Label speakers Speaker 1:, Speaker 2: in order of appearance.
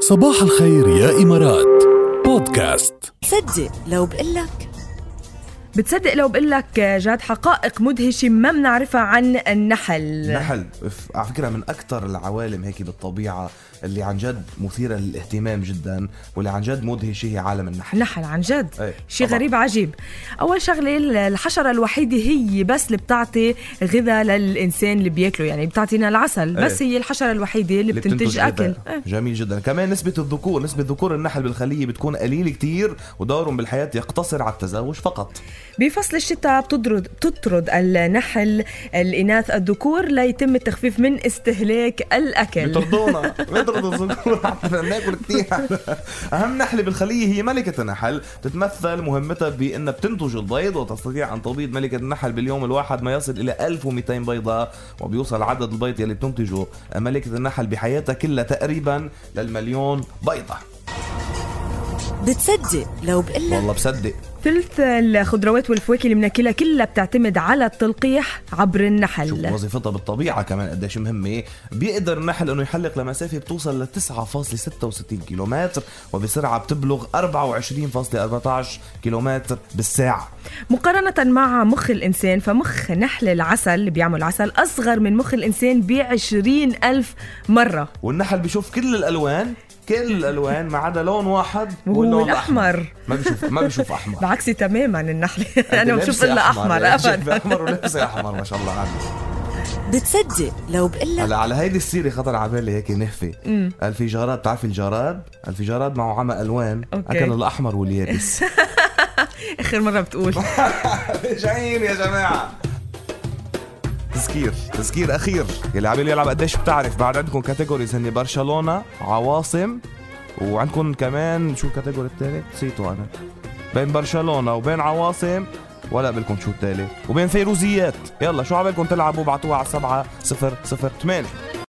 Speaker 1: صباح الخير يا إمارات بودكاست
Speaker 2: صدق لو بقلك
Speaker 3: بتصدق لو بقول لك جاد حقائق مدهشه ما بنعرفها عن النحل
Speaker 4: نحل ف- على فكره من اكثر العوالم هيك بالطبيعه اللي عن جد مثيره للاهتمام جدا واللي عن جد مدهشه هي عالم النحل
Speaker 3: نحل عن جد
Speaker 4: إيه،
Speaker 3: شيء
Speaker 4: طبعاً.
Speaker 3: غريب عجيب اول شغله ال- الحشره الوحيده هي بس اللي بتعطي غذاء للانسان اللي بياكله يعني بتعطينا العسل بس هي الحشره الوحيده اللي بتنتج اكل
Speaker 4: غذاء.
Speaker 3: إيه.
Speaker 4: جميل جدا كمان نسبه الذكور نسبه ذكور النحل بالخليه بتكون قليله كتير ودورهم بالحياه يقتصر على التزاوج فقط
Speaker 3: بفصل الشتاء بتطرد بتطرد النحل الاناث الذكور ليتم التخفيف من استهلاك الاكل
Speaker 4: بترضونا بترضوا الذكور احنا بناكل كتير اهم نحله بالخليه هي ملكه النحل تتمثل مهمتها بانها بتنتج البيض وتستطيع ان تبيض ملكه النحل باليوم الواحد ما يصل الى 1200 بيضه وبيوصل عدد البيض يلي بتنتجه ملكه النحل بحياتها كلها تقريبا للمليون بيضه
Speaker 2: بتصدق لو بقلك
Speaker 4: والله بصدق
Speaker 3: ثلث الخضروات والفواكه اللي بناكلها كلها بتعتمد على التلقيح عبر النحل
Speaker 4: شوف وظيفتها بالطبيعه كمان قديش مهمه بيقدر النحل انه يحلق لمسافه بتوصل ل 9.66 كيلومتر وبسرعه بتبلغ 24.14 كيلومتر بالساعه
Speaker 3: مقارنة مع مخ الإنسان فمخ نحل العسل اللي بيعمل عسل أصغر من مخ الإنسان بعشرين ألف مرة
Speaker 4: والنحل بيشوف كل الالوان كل الالوان ما عدا لون واحد
Speaker 3: وهو
Speaker 4: واللون
Speaker 3: الأحمر.
Speaker 4: ما بشوف ما بشوف احمر
Speaker 3: بعكسي تماما النحل أنا بشوف
Speaker 4: لابسة
Speaker 3: إلا أحمر
Speaker 4: لابسة
Speaker 3: أبدا
Speaker 4: احمر ولابسه احمر ما شاء الله عنك
Speaker 2: بتصدق لو بقلك
Speaker 4: هلا على هيدي السيره خطر على بالي هيك نهفه الفيجارات بتعرفي الجراد الفيجارات معه عمى الوان
Speaker 3: أوكي.
Speaker 4: اكل الاحمر واليابس
Speaker 3: آخر مرة بتقول
Speaker 4: جايين يا جماعه تذكير تذكير اخير يلي عم يلعب قديش بتعرف بعد عندكم كاتيجوريز هن برشلونه عواصم وعندكم كمان شو الكاتيجوري الثالث نسيته انا بين برشلونه وبين عواصم ولا بالكم شو التالي وبين فيروزيات يلا شو عبالكم تلعبوا بعتوها على 7 0 0 8